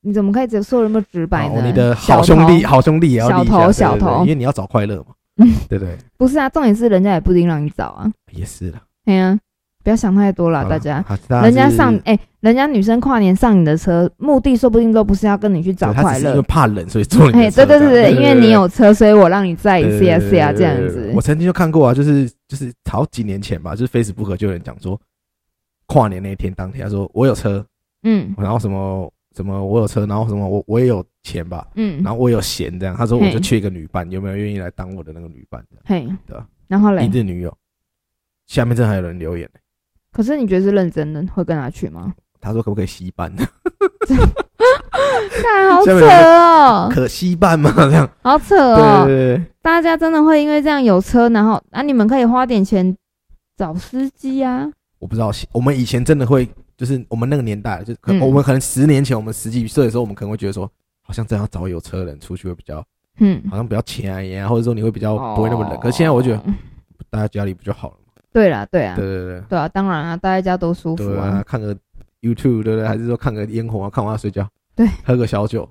Speaker 2: 你怎么可以只说那么直白
Speaker 1: 哦
Speaker 2: 呢？
Speaker 1: 你的
Speaker 2: 小
Speaker 1: 好兄弟、
Speaker 2: 头
Speaker 1: 好兄弟也要利一下，啊对对对
Speaker 2: 小头小头
Speaker 1: 因为你要找快乐嘛，对不对？
Speaker 2: 不是啊，重点是人家也不一定让你找啊。
Speaker 1: 也是啦，
Speaker 2: 哎呀、不要想太多了，
Speaker 1: 好
Speaker 2: 啊大
Speaker 1: 啦
Speaker 2: 家。
Speaker 1: 好大
Speaker 2: 人家
Speaker 1: 是
Speaker 2: 上哎、人家女生跨年上你的车，目的说不定都不是要跟你去找
Speaker 1: 对他
Speaker 2: 快
Speaker 1: 只是因
Speaker 2: 乐
Speaker 1: 为。怕冷，所以坐你
Speaker 2: 哎，
Speaker 1: 的车
Speaker 2: 对对
Speaker 1: 这
Speaker 2: 对
Speaker 1: 样
Speaker 2: 对，因为你。有车，所以我让你载
Speaker 1: 对对
Speaker 2: 一次
Speaker 1: 对
Speaker 2: 呀，
Speaker 1: 对
Speaker 2: 是
Speaker 1: 对
Speaker 2: 呀，这
Speaker 1: 对
Speaker 2: 样
Speaker 1: 对
Speaker 2: 子
Speaker 1: 我。曾经就看过啊，就是就是好几年前吧，就是 Facebook 就有人讲说，跨年那天当天，他说我有车，
Speaker 2: 嗯
Speaker 1: 然后什么什么我有车，然后什么我我也有钱吧，
Speaker 2: 嗯
Speaker 1: 然，后我有闲这样，他说我
Speaker 2: 嘿
Speaker 1: 就缺一个女伴，有没有愿意来当我的那个女伴？
Speaker 2: 嘿
Speaker 1: 对啊，
Speaker 2: 然后嘞
Speaker 1: 一，日女友。下面这还有人留言呢，
Speaker 2: 可是你觉得是认真的会跟他
Speaker 1: *laughs*
Speaker 2: 去吗？
Speaker 1: 他说可不可以吸伴？
Speaker 2: 哦看，啊好
Speaker 1: 下
Speaker 2: 扯
Speaker 1: 面有人
Speaker 2: 哦，
Speaker 1: 可吸伴吗？ *laughs* 这样，
Speaker 2: 好扯
Speaker 1: 对
Speaker 2: 哦，
Speaker 1: 对对，
Speaker 2: 大家真的会因为这样有车，然后啊，你们可以花点钱找司机啊。
Speaker 1: 我不知道，我们以前真的会，就是我们那个年代，就是可
Speaker 2: 嗯
Speaker 1: 我们可能十年前，我们十几岁的时候，我们可能会觉得说，好像真的要找有车的人出去会比较，
Speaker 2: 嗯，哦
Speaker 1: 好像比较前沿啊，或者说你会比较不会那么冷。可是现在我觉得，
Speaker 2: 得，
Speaker 1: 大家家里不就好了嘛？
Speaker 2: 嗯对啦，对啊
Speaker 1: 对，对
Speaker 2: 对啊，当然啊，待在家都舒
Speaker 1: 对，
Speaker 2: 服
Speaker 1: 对啊
Speaker 2: 啊，，
Speaker 1: 看个 YouTube，对不对？还是说看个烟火啊，看完要睡觉，
Speaker 2: 对，
Speaker 1: 喝个小酒，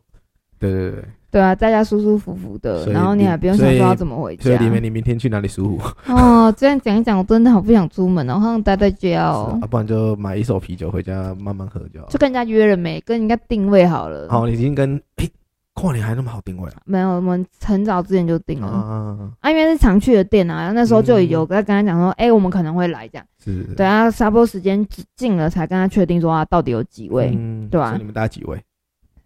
Speaker 1: 对对对。
Speaker 2: 对啊，在家舒舒服服的，
Speaker 1: 所以
Speaker 2: 然后你
Speaker 1: 你
Speaker 2: 还不用想
Speaker 1: 所以
Speaker 2: 说要怎么回
Speaker 1: 所
Speaker 2: 家
Speaker 1: 以。李梅，你明天去哪里舒服？
Speaker 2: 哦，这样讲一讲，我真的好不想出门哦，好想待在
Speaker 1: *laughs*
Speaker 2: 家
Speaker 1: 啊
Speaker 2: 哦，，
Speaker 1: 不然就买一手啤酒回家慢慢喝就好
Speaker 2: 就。跟人家约了没，跟人家定位好了。
Speaker 1: 好，你已经跟哎，跨年还那么好定位啊
Speaker 2: 没有，我们很早之前就定
Speaker 1: 啊
Speaker 2: 了。
Speaker 1: 啊？啊
Speaker 2: 啊，因为是常去的店啊，那时候就有
Speaker 1: 嗯
Speaker 2: 在跟他讲说，哎、我们可能会来这样。
Speaker 1: 是，是
Speaker 2: 对啊，差不多时间近了，才跟他确定说啊，到底有几位？
Speaker 1: 嗯
Speaker 2: 对吧啊
Speaker 1: 所以你们大概几位？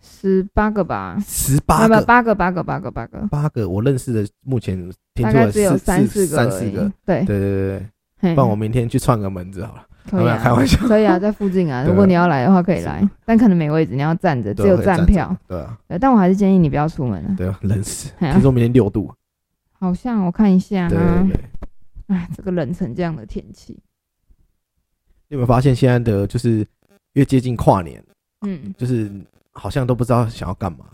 Speaker 2: 十八、个吧？
Speaker 1: 十
Speaker 2: 没
Speaker 1: 八
Speaker 2: 有没有
Speaker 1: 个，
Speaker 2: 八个，八个，八个，八个，
Speaker 1: 八个，我认识的目前听
Speaker 2: 大
Speaker 1: 出
Speaker 2: 概
Speaker 1: 了
Speaker 2: 只有
Speaker 1: 四
Speaker 2: 三
Speaker 1: 四
Speaker 2: 个而
Speaker 1: 三
Speaker 2: 已，
Speaker 1: 四个。
Speaker 2: 对，
Speaker 1: 对对对对，
Speaker 2: 嘿
Speaker 1: 不然我明天去串个门子好了。
Speaker 2: 可以
Speaker 1: 没有
Speaker 2: 啊，
Speaker 1: 开玩笑，
Speaker 2: 可以啊，在附近
Speaker 1: *laughs*
Speaker 2: 啊，
Speaker 1: 对啊
Speaker 2: 如果你要来的话可以来
Speaker 1: 是，
Speaker 2: 但可能没位置，你要站着，只
Speaker 1: 对
Speaker 2: 有
Speaker 1: 我会
Speaker 2: 站
Speaker 1: 站
Speaker 2: 票。
Speaker 1: 对啊，
Speaker 2: 对，但我还是建议你不要出门啊。
Speaker 1: 对啊，冷死。
Speaker 2: 嘿啊
Speaker 1: 听说明天六度，
Speaker 2: 好像我看一下
Speaker 1: 对
Speaker 2: 啊
Speaker 1: 对，对。
Speaker 2: 哎，这个冷成这样的天气，
Speaker 1: 你有没有发现现在的就是越接近跨年，
Speaker 2: 嗯，
Speaker 1: 就是好像都不知道想要干嘛。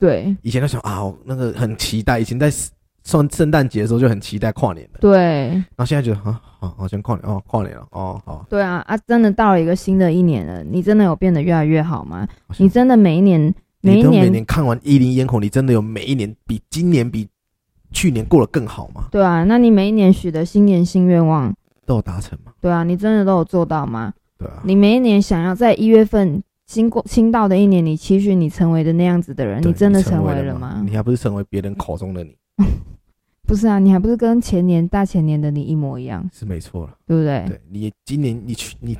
Speaker 2: 对
Speaker 1: 以前都想啊，我那个很期待，以前在算圣诞节的时候就很期待跨年的，
Speaker 2: 对
Speaker 1: 然后现在觉得啊，好、好像跨年哦，跨年了哦，好，
Speaker 2: 对啊啊！真的到了一个新的一年了，你真的有变得越来越好吗？
Speaker 1: 好像
Speaker 2: 你真的每一年每
Speaker 1: 你
Speaker 2: 一
Speaker 1: 都每
Speaker 2: 年
Speaker 1: 年看完一零烟火，你真的有每一年比今年比去年过得更好吗？
Speaker 2: 对啊，那你每一年许的新年新愿望，
Speaker 1: 都有达成吗？
Speaker 2: 对啊，你真的都有做到吗？
Speaker 1: 对啊，
Speaker 2: 你每一年想要在一月份经过新到的一年，你期许你成为的那样子的人，
Speaker 1: 对
Speaker 2: 真的成
Speaker 1: 成
Speaker 2: 为
Speaker 1: 了
Speaker 2: 吗？
Speaker 1: 你还不是成为别人口中的你，
Speaker 2: 不是啊，你还不是跟前年大前年的你一模一样，
Speaker 1: 是没错了。
Speaker 2: 对不对？
Speaker 1: 对你今年你去你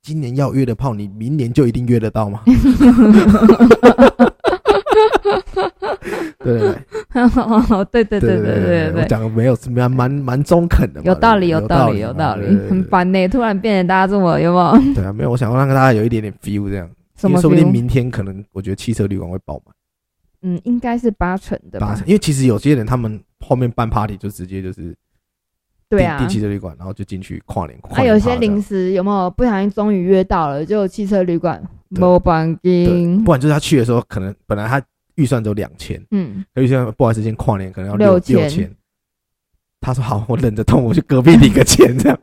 Speaker 1: 今年要约的炮，你明年就一定约得到吗？对对对对
Speaker 2: 哦，对对对对
Speaker 1: 对
Speaker 2: 对
Speaker 1: 我
Speaker 2: 对。
Speaker 1: 讲的没有蛮蛮蛮中肯的嘛，
Speaker 2: 有道理，
Speaker 1: 对不对有
Speaker 2: 道
Speaker 1: 理，
Speaker 2: 有道
Speaker 1: 嘛
Speaker 2: 理
Speaker 1: 对对，对
Speaker 2: 很烦呢。突然变得大家这么有没有
Speaker 1: 对啊，没有，我想要让大家有一点点 feel 这样，
Speaker 2: 什
Speaker 1: 因
Speaker 2: 么
Speaker 1: 为说不定
Speaker 2: feel？
Speaker 1: 明天可能我觉得汽车旅馆会爆满
Speaker 2: 嗯，应该是八成的
Speaker 1: 八
Speaker 2: 吧
Speaker 1: 成，？因为其实有些人他们后面办 party 就直接就是
Speaker 2: 对啊
Speaker 1: 订，汽车旅馆，然后就进去跨年，跨
Speaker 2: 啊，
Speaker 1: 年
Speaker 2: 有
Speaker 1: 趴
Speaker 2: 些
Speaker 1: 这样
Speaker 2: 临时有没有不小心终于约到了，就有汽车旅馆
Speaker 1: 对
Speaker 2: 没绑
Speaker 1: 对，
Speaker 2: 金，
Speaker 1: 不然就是他去的时候可能本来他预算只有两千，
Speaker 2: 嗯，
Speaker 1: 可预算不好意思，先跨年可能要
Speaker 2: 六
Speaker 1: 六
Speaker 2: 千
Speaker 1: 千。他说好，我忍着痛，我去隔壁领个钱，这样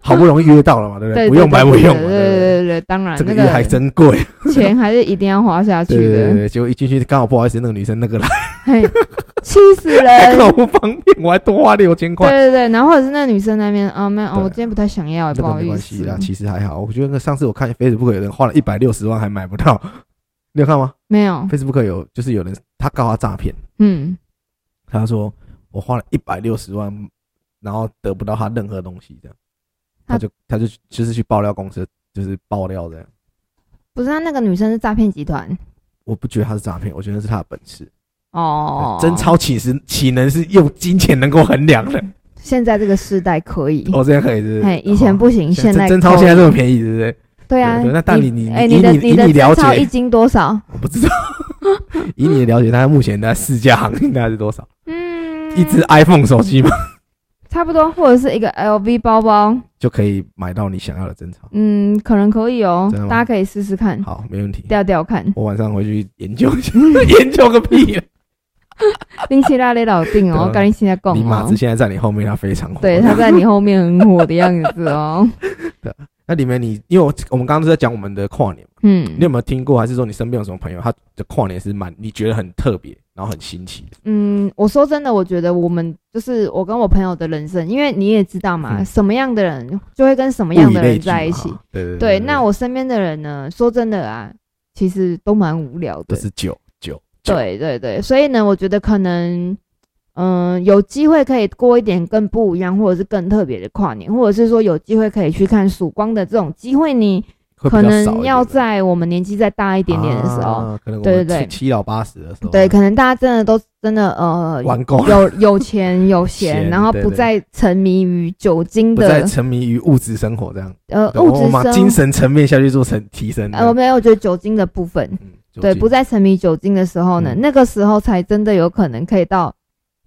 Speaker 1: 好不容易约到了嘛，对不
Speaker 2: 对，
Speaker 1: 不用白不用嘛，
Speaker 2: 对
Speaker 1: 不
Speaker 2: 对对对，当然
Speaker 1: 这个
Speaker 2: 那
Speaker 1: 月还真贵，
Speaker 2: *laughs* 钱还是一定要花下去
Speaker 1: 对对对
Speaker 2: 的，
Speaker 1: 对，结果一进去刚好不好意思，那个女生那个来，
Speaker 2: 嘿，气死
Speaker 1: 还 *laughs*
Speaker 2: 人！
Speaker 1: 跟我不方便，我还多花六千
Speaker 2: 对
Speaker 1: 块，
Speaker 2: 对对，然后或者是那女生那边啊，没有，哦
Speaker 1: 对
Speaker 2: 我今天不太想要，不
Speaker 1: 那个
Speaker 2: 好
Speaker 1: 没
Speaker 2: 意
Speaker 1: 关系
Speaker 2: 思。
Speaker 1: 啦，其实还好。我觉得那上次我看 Facebook 有人花了一百六十万还买不到， *laughs* 你有看吗
Speaker 2: 没有，
Speaker 1: ？Facebook 有就是有人他告他诈骗，
Speaker 2: 嗯，
Speaker 1: 他说我花了一百六十万，然后得不到他任何东西，这样，
Speaker 2: 他
Speaker 1: 他就他就就是去爆料公司，就是爆料这样。
Speaker 2: 不是，她那个女生是诈骗集团
Speaker 1: 我不觉得他是诈骗，我觉得是他的本事。
Speaker 2: 哦，
Speaker 1: 对贞操岂是岂能是用金钱能够衡量的？
Speaker 2: 现在这个时代可以，
Speaker 1: 哦，这样可以是不是？
Speaker 2: 哎，以前不行，
Speaker 1: 现
Speaker 2: 现在
Speaker 1: 贞贞操
Speaker 2: 可以
Speaker 1: 现在这么便宜，是不是？
Speaker 2: 对啊
Speaker 1: 对对，那但你你
Speaker 2: 哎，
Speaker 1: 以
Speaker 2: 你的
Speaker 1: 你以
Speaker 2: 的
Speaker 1: 你了
Speaker 2: 贞操
Speaker 1: 解
Speaker 2: 一斤多少？
Speaker 1: 我不知道。 *laughs* 以你的了解，他目前的市价行情大概是多少？
Speaker 2: 嗯，
Speaker 1: 一只 iPhone 手机嘛，
Speaker 2: 差不多，或者是一个 LV 包包，
Speaker 1: 就可以买到你想要的贞操。
Speaker 2: 嗯，可能可以哦
Speaker 1: 真的，吗
Speaker 2: 大家可以试试看，
Speaker 1: 好，没问题。
Speaker 2: 调调看，
Speaker 1: 我晚上回去研究一下， *laughs* 研究个屁啊！
Speaker 2: 拎起拉你老定
Speaker 1: 对啊，
Speaker 2: 哦赶紧现在讲
Speaker 1: 你马
Speaker 2: 哦
Speaker 1: 子。现在在你后面，他非常火。
Speaker 2: 对，他在你后面很火的样
Speaker 1: *laughs*
Speaker 2: 子哦。
Speaker 1: 那里面你，因为我我们刚刚是在讲我们的跨年嘛，
Speaker 2: 嗯
Speaker 1: 你有没有听过？还是说你身边有什么朋友，他的跨年是蛮你觉得很特别，然后很新奇的？
Speaker 2: 嗯，我说真的，我觉得我们就是我跟我朋友的人生，因为你也知道嘛，
Speaker 1: 嗯
Speaker 2: 什么样的人就会跟什么
Speaker 1: 不
Speaker 2: 样
Speaker 1: 以
Speaker 2: 的
Speaker 1: 类
Speaker 2: 人
Speaker 1: 聚
Speaker 2: 在一
Speaker 1: 嘛
Speaker 2: 起。
Speaker 1: 哈对对
Speaker 2: 对，那我身边的人呢，说真的啊，其实都蛮无聊
Speaker 1: 都
Speaker 2: 的。
Speaker 1: 是酒酒，酒
Speaker 2: 对对对，所以呢，我觉得可能，嗯、有机会可以过一点更不一样，或者是更特别的跨年，或者是说有机会可以去看曙光的这种机会，你
Speaker 1: 会比
Speaker 2: 可
Speaker 1: 较
Speaker 2: 能
Speaker 1: 少
Speaker 2: 要
Speaker 1: 一点
Speaker 2: 在我们年纪再大一
Speaker 1: 对
Speaker 2: 点点的时候，
Speaker 1: 啊可能我
Speaker 2: 对
Speaker 1: 们
Speaker 2: 对
Speaker 1: 七
Speaker 2: 对
Speaker 1: 七老八十的时候，
Speaker 2: 对，可能大家真的都真的呃
Speaker 1: 嗯玩够了，
Speaker 2: 有有钱有闲，
Speaker 1: 闲
Speaker 2: 然后
Speaker 1: 对
Speaker 2: 不
Speaker 1: 对
Speaker 2: 再沉迷于酒精
Speaker 1: 不再
Speaker 2: 的
Speaker 1: 沉迷于物质生活这样，
Speaker 2: 呃
Speaker 1: 对
Speaker 2: 物
Speaker 1: 我们
Speaker 2: 质
Speaker 1: 往
Speaker 2: 生
Speaker 1: 精神层面下去做成提升这
Speaker 2: 呃
Speaker 1: 样。
Speaker 2: 没有，我觉得酒精的部分，
Speaker 1: 嗯，酒
Speaker 2: 对，
Speaker 1: 精
Speaker 2: 不再沉迷酒精的时候呢，
Speaker 1: 嗯
Speaker 2: 那个时候才真的有可能可以到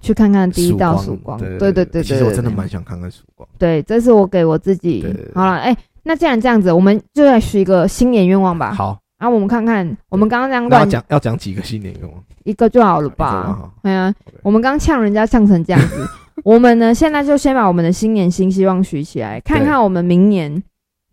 Speaker 2: 去看看第一道曙光，
Speaker 1: 对
Speaker 2: 对
Speaker 1: 对
Speaker 2: 对对，
Speaker 1: 其实我真的
Speaker 2: 对
Speaker 1: 蛮想看看曙光。
Speaker 2: 对，这是我给我自己
Speaker 1: 对对对
Speaker 2: 好了，哎，那既然这样子，我们就来许一个新年愿望吧。
Speaker 1: 好，
Speaker 2: 啊，我们看看，我们刚刚这样
Speaker 1: 那要
Speaker 2: 乱
Speaker 1: 讲要讲几个新年愿望？
Speaker 2: 一个就好了
Speaker 1: 一个
Speaker 2: 吧
Speaker 1: 吗？好
Speaker 2: 对啊
Speaker 1: OK，
Speaker 2: 我们刚呛人家呛成这样
Speaker 1: *laughs*
Speaker 2: 子，我们呢现在就先把我们的新年新希望许起来，看
Speaker 1: 对
Speaker 2: 看我们明年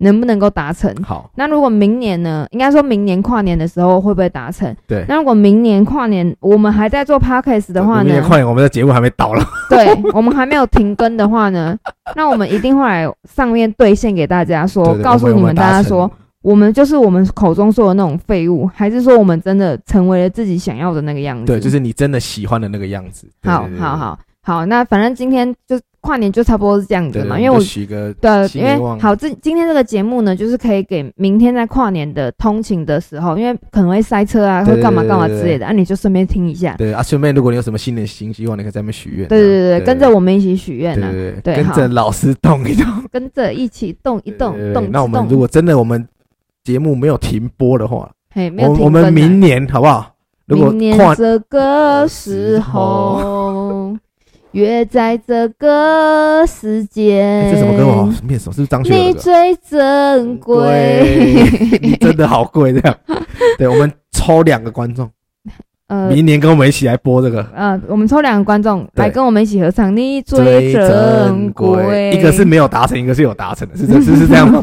Speaker 2: 能不能够达成。
Speaker 1: 好，
Speaker 2: 那如果明年呢，应该说明年跨年的时候会不会达成？
Speaker 1: 对。
Speaker 2: 那如果明年跨年我们还在做 podcast 的话
Speaker 1: 明年
Speaker 2: 呢，
Speaker 1: 快点，我们的节目还没到了。
Speaker 2: 对我们还没有停更的话
Speaker 1: *laughs*
Speaker 2: 呢，那我们一定会来上面兑现给大家说，
Speaker 1: 对对
Speaker 2: 告诉
Speaker 1: 我
Speaker 2: 你
Speaker 1: 有
Speaker 2: 们
Speaker 1: 达
Speaker 2: 大家
Speaker 1: 成
Speaker 2: 说，我们就是我们口中说的那种废物，还是说我们真的成为了自己想要的那个样子？
Speaker 1: 对，就是你真的喜欢的那个样子。对
Speaker 2: 嗯好好，好好，那反正今天就跨年就差不多是这样
Speaker 1: 对
Speaker 2: 子
Speaker 1: 对对对
Speaker 2: 嘛，
Speaker 1: 对
Speaker 2: 因为
Speaker 1: 就
Speaker 2: 我
Speaker 1: 许一个
Speaker 2: 对，
Speaker 1: 新
Speaker 2: 因
Speaker 1: 愿
Speaker 2: 为
Speaker 1: 望
Speaker 2: 好，这今天这个节目呢，就是可以给明天在跨年的通勤的时候，因为可能会塞车啊，
Speaker 1: 对
Speaker 2: 会干嘛干嘛
Speaker 1: 对对
Speaker 2: 之
Speaker 1: 对
Speaker 2: 类的，啊，你就顺便听一下，
Speaker 1: 对啊，顺便如果你有什么新的新希望，你可以在那边许愿。
Speaker 2: 对对对
Speaker 1: 对，
Speaker 2: 对，跟着我们一起许愿
Speaker 1: 对
Speaker 2: 啊，
Speaker 1: 对对
Speaker 2: 对
Speaker 1: 跟着老师动一动，
Speaker 2: 跟着一起动一动
Speaker 1: 对对对
Speaker 2: 动。
Speaker 1: 那我们如果真的我们节目没有停播的话，
Speaker 2: 嘿没
Speaker 1: 我
Speaker 2: 有
Speaker 1: 们
Speaker 2: 停
Speaker 1: 我们
Speaker 2: 更啊
Speaker 1: 明年好不好？如果
Speaker 2: 明年
Speaker 1: 跨
Speaker 2: 这个时候，约在这个时间
Speaker 1: 哎，这什么歌我好面熟，是不是张学友
Speaker 2: 你
Speaker 1: 的歌？
Speaker 2: 最珍贵。
Speaker 1: 贵，你真的好贵
Speaker 2: *laughs*
Speaker 1: 这样。对，我们抽两个观众，
Speaker 2: 呃，
Speaker 1: 明年跟我们一起来播这个。
Speaker 2: 呃，我们抽两个观众
Speaker 1: 对
Speaker 2: 来跟我们一起合唱《你
Speaker 1: 追
Speaker 2: 珍
Speaker 1: 珍
Speaker 2: 贵
Speaker 1: *laughs* 贵，》，一个是没有达成，一个是有达成的，是这是是这样吗？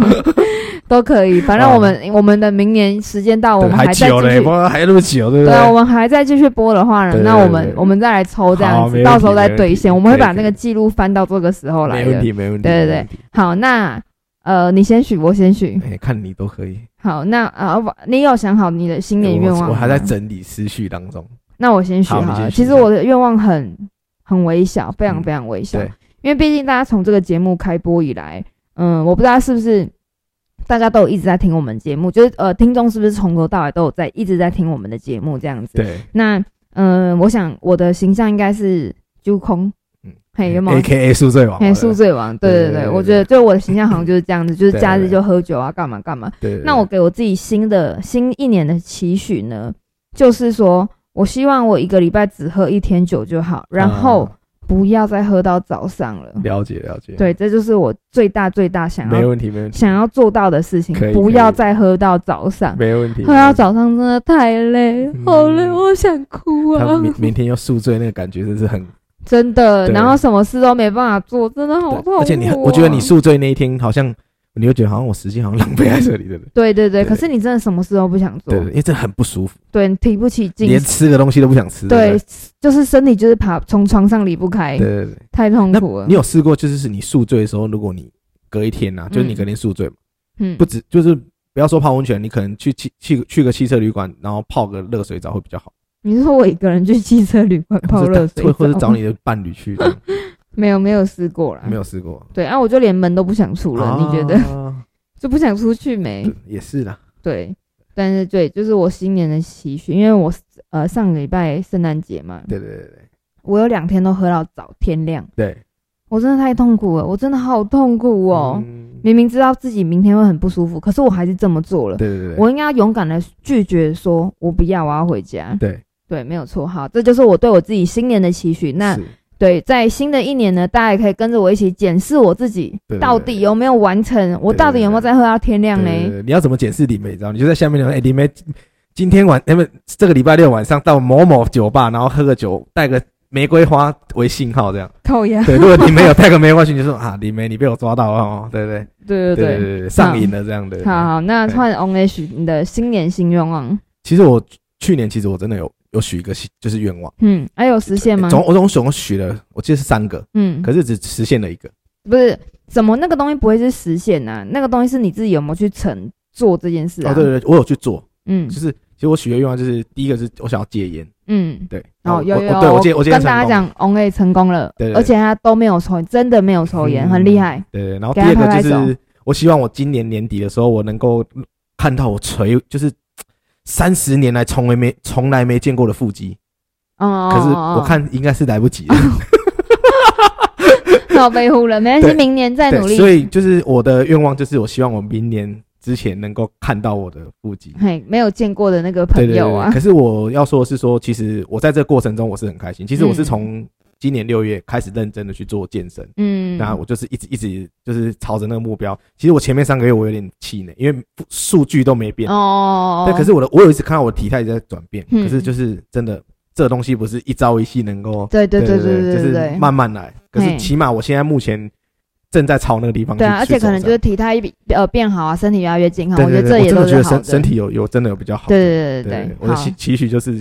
Speaker 2: 都可以，反正我们我们的明年时间到， *laughs* 我
Speaker 1: 对
Speaker 2: 们
Speaker 1: 哦还
Speaker 2: 再继
Speaker 1: 久嘞，
Speaker 2: 续
Speaker 1: 不。然还那么久，对不
Speaker 2: 对啊，我
Speaker 1: 对？
Speaker 2: 们还在继续播的话呢
Speaker 1: 对，对
Speaker 2: 那
Speaker 1: 对
Speaker 2: 我们
Speaker 1: 对
Speaker 2: 我们再来抽这
Speaker 1: 好
Speaker 2: 样
Speaker 1: 没
Speaker 2: 子，
Speaker 1: 问
Speaker 2: 到时候
Speaker 1: 题
Speaker 2: 再
Speaker 1: 没问
Speaker 2: 兑
Speaker 1: 题
Speaker 2: 现，我们会
Speaker 1: 可以
Speaker 2: 把
Speaker 1: 可
Speaker 2: 那
Speaker 1: 以
Speaker 2: 个记录翻到这个时候来
Speaker 1: 没问
Speaker 2: 的。
Speaker 1: 题，没问题。
Speaker 2: 对对
Speaker 1: 没问题，
Speaker 2: 好，那呃，你先许，我先许。
Speaker 1: 哎，看你都可以。
Speaker 2: 好，那啊，不你有想好你的新年愿望啊
Speaker 1: 我
Speaker 2: 吗
Speaker 1: 我还在整理思绪当中。
Speaker 2: 那我先许
Speaker 1: 好
Speaker 2: 好
Speaker 1: 你
Speaker 2: 了。
Speaker 1: 先许
Speaker 2: 其实
Speaker 1: 一下
Speaker 2: 我的愿望很很微小，非常
Speaker 1: 嗯
Speaker 2: 非常微小。
Speaker 1: 对
Speaker 2: 因为毕竟大家从这个节目开播以来，嗯，我不知道是不是大家都有一直在听我们节目，就是呃，听众是不是从头到尾都有在一直在听我们的节目这样子？
Speaker 1: 对
Speaker 2: 那嗯、呃我想我的形象应该是揪空，
Speaker 1: 嗯
Speaker 2: 嗯，嘿，有没有
Speaker 1: ，A？K A 宿醉王嘛，
Speaker 2: 嘿，宿醉王，对
Speaker 1: 对
Speaker 2: 对
Speaker 1: 对
Speaker 2: 对，
Speaker 1: 对
Speaker 2: 我
Speaker 1: 对
Speaker 2: 觉得对我的形象好像就是这样子，就是
Speaker 1: 对
Speaker 2: 假日
Speaker 1: 对
Speaker 2: 就喝酒啊，干嘛干嘛。
Speaker 1: 对。对对
Speaker 2: 那我给我自己新的新一年的期许呢，就是说我希望我一个礼拜只喝一天酒就好，然后
Speaker 1: 啊
Speaker 2: 不要再喝到早上了。
Speaker 1: 了解了解，，
Speaker 2: 对，这就是我最大最大想
Speaker 1: 没
Speaker 2: 要
Speaker 1: 问题，没问题，
Speaker 2: 想要做到的事情
Speaker 1: 可以，
Speaker 2: 不
Speaker 1: 可以
Speaker 2: 要再喝到早上。
Speaker 1: 没问题。
Speaker 2: 喝到早上真的太累，
Speaker 1: 嗯
Speaker 2: 好累，我想哭
Speaker 1: 没问题，他
Speaker 2: 啊！
Speaker 1: 明明天要宿醉，那个感觉真是很
Speaker 2: *laughs* 真的，
Speaker 1: 对
Speaker 2: 然后什么事都没办法做，真的好
Speaker 1: 对
Speaker 2: 痛苦啊。
Speaker 1: 而且你，我觉得你宿醉那一天，好像你会觉得好像我时间好像浪费在这里，对不对？
Speaker 2: 对对对，
Speaker 1: 对
Speaker 2: 可是你真的什么事都不想做
Speaker 1: 对，对，因为这很不舒服，
Speaker 2: 对，你提不起劲，
Speaker 1: 连吃的东西都不想吃。
Speaker 2: 对
Speaker 1: 不，
Speaker 2: 就是身体就是爬从床上离不开
Speaker 1: 对，对对对。
Speaker 2: 太痛
Speaker 1: 那
Speaker 2: 苦了
Speaker 1: 你。有试过，就是是你宿醉的时候，如果你隔一天呐，就是你隔天宿醉嘛，
Speaker 2: 嗯
Speaker 1: 不，止就是不要说泡温泉，你可能去去去去个汽车旅馆，然后泡个热水澡会比较好，
Speaker 2: 你是说我一个人去汽车
Speaker 1: *laughs*
Speaker 2: 旅馆泡热
Speaker 1: 或
Speaker 2: 水澡，
Speaker 1: 者或者找你的伴侣去，这样
Speaker 2: 没有没有试过啦，
Speaker 1: 没。有试过。
Speaker 2: 对啊，我就连门都不想出了，你觉得 *laughs*
Speaker 1: 啊
Speaker 2: 就不想出去没
Speaker 1: 对？也是啦，
Speaker 2: 对，但是对，就是我新年的期许，因为我呃上个礼拜圣诞节嘛，
Speaker 1: 对对对对
Speaker 2: 我有两天都喝到早天亮，
Speaker 1: 对。
Speaker 2: 我真的太痛苦了，我真的好痛苦哦。
Speaker 1: 嗯
Speaker 2: 明明知道自己明天会很不舒服，可是我还是这么做了。
Speaker 1: 对对对对，
Speaker 2: 我应该要勇敢的拒绝说，我不要，我要回家。
Speaker 1: 对
Speaker 2: 对，没有错。好，这就是我对我自己新年的期许。那
Speaker 1: 是
Speaker 2: 对，在新的一年呢，大家也可以跟着我一起检视我自己
Speaker 1: 对对对
Speaker 2: 到底有没有完成，我到底有没有在喝到天亮
Speaker 1: 对对 *laughs*
Speaker 2: 呢？
Speaker 1: 对你要怎么解释李梅？你知道，你就在下面讲，哎、李梅今天晚，哎、不，这个礼拜六晚上到某某酒吧，然后喝个酒，带个玫瑰花为信号，
Speaker 2: *laughs*
Speaker 1: 这样。
Speaker 2: 靠呀！
Speaker 1: 对，如果你没有带个玫瑰花去，你就说 *laughs* 啊，李梅，你被我抓到了哦，对不对？
Speaker 2: 对对
Speaker 1: 对
Speaker 2: 对。
Speaker 1: 对对，上瘾了这样的。对
Speaker 2: 好，好，那
Speaker 1: 对
Speaker 2: 换 ONH 你的新年新愿望，
Speaker 1: 其实我去年其实我真的有有许一个信就是愿望，
Speaker 2: 嗯，还有实现吗？
Speaker 1: 总我总总许了，我记得是三个，
Speaker 2: 嗯，
Speaker 1: 可是只实现了一个。
Speaker 2: 不是，怎么那个东西不会是实现呢？那个东西是你自己有没有去成做这件事啊？
Speaker 1: 哦，对，对对，我有去做，
Speaker 2: 嗯
Speaker 1: 就是其实我许的愿望就是第一个是我想要戒烟，
Speaker 2: 嗯。
Speaker 1: 对，然后
Speaker 2: 哦，
Speaker 1: 我
Speaker 2: 有有
Speaker 1: 我
Speaker 2: 有，
Speaker 1: 对我戒我戒烟
Speaker 2: 跟大家
Speaker 1: 成功
Speaker 2: 讲，ONH 成功了
Speaker 1: 对对，对
Speaker 2: 而且他都没有抽，真的没有抽烟，
Speaker 1: 嗯
Speaker 2: 很厉害。
Speaker 1: 对，然后第
Speaker 2: 给他
Speaker 1: 二个
Speaker 2: 拍
Speaker 1: 就
Speaker 2: 拍
Speaker 1: 是，我希望我今年年底的时候，我能够看到我垂，就是三十年来从来没从来没见过的腹肌。
Speaker 2: 哦，
Speaker 1: 可是我看应该是来不及了，
Speaker 2: *laughs* 老被糊了，没关系，
Speaker 1: 对
Speaker 2: 明年再努
Speaker 1: 对，
Speaker 2: 力。
Speaker 1: 所以就是我的愿望就是，我希望我明年之前能够看到我的腹
Speaker 2: *laughs*
Speaker 1: 肌。
Speaker 2: 嘿，没有见过的那个
Speaker 1: 对
Speaker 2: 朋
Speaker 1: 对对
Speaker 2: 友
Speaker 1: 对，
Speaker 2: 啊
Speaker 1: 可，是我要说的是说，其实我在这个过程中我是很开心。其实我是从今年六月开始认真的去做健身，
Speaker 2: 嗯，
Speaker 1: 那我就是一直一直就是朝着那个目标。其实我前面三个月我有点气馁，因为数据都没变。
Speaker 2: 哦，
Speaker 1: 对，可是我的我有一次看到我体态一直在转变，
Speaker 2: 嗯
Speaker 1: 可是就是真的，这东西不是一朝一夕能够，
Speaker 2: 对对
Speaker 1: 对
Speaker 2: 对对
Speaker 1: 就
Speaker 2: 对
Speaker 1: 是
Speaker 2: 对，
Speaker 1: 慢慢来。可是
Speaker 2: 嘿
Speaker 1: 起码我现在目前正在朝那个地方去，
Speaker 2: 对啊，而
Speaker 1: 去
Speaker 2: 且可能
Speaker 1: 走
Speaker 2: 就是体态一呃变好啊，身体越来越健康，
Speaker 1: 对
Speaker 2: 我
Speaker 1: 对
Speaker 2: 觉
Speaker 1: 对
Speaker 2: 得这也
Speaker 1: 我真
Speaker 2: 都
Speaker 1: 的觉
Speaker 2: 是
Speaker 1: 得
Speaker 2: 好的。
Speaker 1: 身身体有有真的有比较好，
Speaker 2: 对对
Speaker 1: 对
Speaker 2: 对
Speaker 1: 我的
Speaker 2: 好
Speaker 1: 期期许就是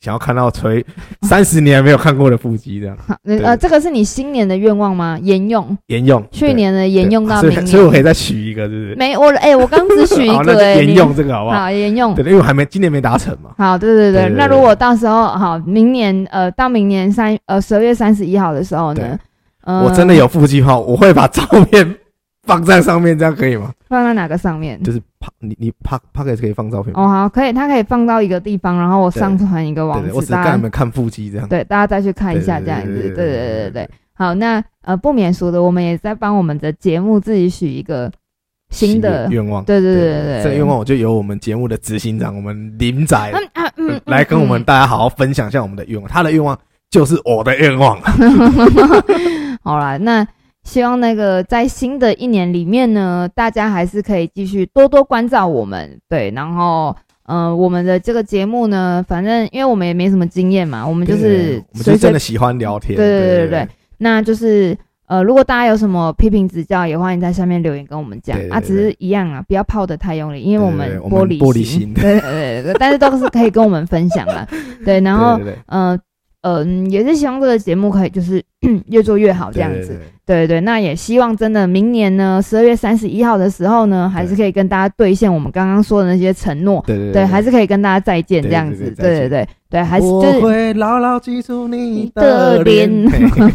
Speaker 1: 想要看到锤三十年没有看过的腹肌这样
Speaker 2: 好，那
Speaker 1: 对
Speaker 2: 呃，这个是你新年的愿望吗？沿用
Speaker 1: 沿用，
Speaker 2: 去年的
Speaker 1: 对
Speaker 2: 沿用
Speaker 1: 对
Speaker 2: 到
Speaker 1: 所以
Speaker 2: 明年，
Speaker 1: 所以我可以再许一个，是不是？
Speaker 2: 没我哎，我刚只许一
Speaker 1: *laughs* 好，那
Speaker 2: 个
Speaker 1: 就
Speaker 2: 哎，
Speaker 1: 沿
Speaker 2: 你
Speaker 1: 用这个好不好？
Speaker 2: 好沿用
Speaker 1: 对，因为我还没今年没达成嘛，
Speaker 2: 好，对对
Speaker 1: 对
Speaker 2: 对。
Speaker 1: 对
Speaker 2: 那
Speaker 1: 对
Speaker 2: 如果到时候好，明年呃，到明年三呃十二月三十一号的时候呢
Speaker 1: 对，
Speaker 2: 呃，
Speaker 1: 我真的有腹肌哈，我会把照片放在上面，这样可以吗？
Speaker 2: 放在哪个上面？
Speaker 1: 就是帕你你帕帕克可以放照片吗？
Speaker 2: 哦，好，可以，它可以放到一个地方，然后我上传一个
Speaker 1: 对
Speaker 2: 网
Speaker 1: 对我只
Speaker 2: 址，
Speaker 1: 是
Speaker 2: 大
Speaker 1: 让你
Speaker 2: 家
Speaker 1: 们看腹肌这样。
Speaker 2: 对大家再去看一下
Speaker 1: 对
Speaker 2: 这样子。
Speaker 1: 对
Speaker 2: 对
Speaker 1: 对
Speaker 2: 对
Speaker 1: 对
Speaker 2: 对
Speaker 1: 对对
Speaker 2: 对对。好，那呃不免俗的，我们也在帮我们的节目自己许一个新的，
Speaker 1: 愿望，
Speaker 2: 对对对对
Speaker 1: 这个
Speaker 2: 对
Speaker 1: 愿望我就由我们节目的执行长，我们林仔、
Speaker 2: 嗯啊嗯，嗯
Speaker 1: 来跟我们大家好好分享一下我们的愿望。他的愿望就是我的愿望，
Speaker 2: 嗯 *laughs* 好啦，那希望那个在新的一年里面呢，大家还是可以继续多多关照我们，对，然后。呃，我们的这个节目呢，反正因为我们也没什么经验嘛，我们就
Speaker 1: 对对
Speaker 2: 是
Speaker 1: 对我们
Speaker 2: 随
Speaker 1: 就
Speaker 2: 随
Speaker 1: 真的喜欢聊天，
Speaker 2: 对对
Speaker 1: 对
Speaker 2: 对对对，那就是呃，如果大家有什么批评指教，也欢迎在下面留言跟我们讲
Speaker 1: 对对
Speaker 2: 啊。
Speaker 1: 对
Speaker 2: 只是一样啊，不要泡的太用力，因为
Speaker 1: 对
Speaker 2: 我
Speaker 1: 对
Speaker 2: 们
Speaker 1: 我们
Speaker 2: 璃
Speaker 1: 玻璃
Speaker 2: 心，
Speaker 1: 心 *laughs*
Speaker 2: 对对对，但是都是可以跟我们分享啦。对，然后
Speaker 1: 对对对
Speaker 2: 呃呃，嗯也是希望这个节目可以就是 *clears throat* 越做越好这样
Speaker 1: 对对
Speaker 2: 子。
Speaker 1: 对
Speaker 2: 对对，那也希望真的明年呢，十二月三十一号的时候呢，还是可以跟大家兑现我们刚刚说的那些承诺。
Speaker 1: 对对对
Speaker 2: 对，还是可以跟大家再见这样子。
Speaker 1: 对对
Speaker 2: 对对
Speaker 1: 对再见
Speaker 2: 对对，还是就
Speaker 1: 我
Speaker 2: 是
Speaker 1: 会牢牢记住你
Speaker 2: 的
Speaker 1: 的
Speaker 2: 脸
Speaker 1: 脸。
Speaker 2: *laughs*
Speaker 1: 嘿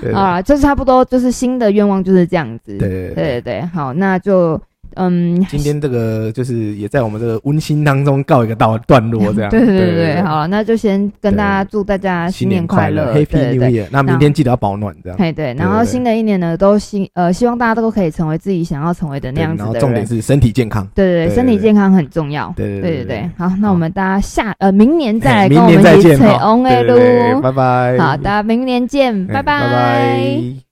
Speaker 1: 对
Speaker 2: 啊，就是差不多，就是新的愿望就是这样子。
Speaker 1: 对对对
Speaker 2: 对
Speaker 1: 对。
Speaker 2: 对对，好，那就嗯，
Speaker 1: 今天这个就是也在我们这个温馨当中告一个到段落，这样。
Speaker 2: *laughs* 对对对对，，好，那就先跟大家祝大家
Speaker 1: 新
Speaker 2: 年
Speaker 1: 年快
Speaker 2: 乐，对对
Speaker 1: ，Happy New
Speaker 2: 对。
Speaker 1: Year。那明天记得要保暖，这样。
Speaker 2: 嘿，对，然
Speaker 1: 啊对
Speaker 2: 后
Speaker 1: 对
Speaker 2: 新的一年呢，都希呃希望大家都可以成为自己想要成为的那
Speaker 1: 对
Speaker 2: 样子
Speaker 1: 然后
Speaker 2: 的
Speaker 1: 重
Speaker 2: 人
Speaker 1: 点。是身体健康。
Speaker 2: 对对对，
Speaker 1: 对
Speaker 2: 身体
Speaker 1: 对对
Speaker 2: 健康很重要。
Speaker 1: 对
Speaker 2: 对
Speaker 1: 对
Speaker 2: 对对，好，那我们大家下呃明年再来
Speaker 1: 嘿
Speaker 2: 跟
Speaker 1: 明
Speaker 2: 我们
Speaker 1: 年再
Speaker 2: 一起
Speaker 1: 见
Speaker 2: 吹
Speaker 1: 哈
Speaker 2: on
Speaker 1: 对
Speaker 2: air
Speaker 1: 对对
Speaker 2: 喽。
Speaker 1: 拜拜。
Speaker 2: 好的，明年见，
Speaker 1: 嘿
Speaker 2: 拜
Speaker 1: 拜拜。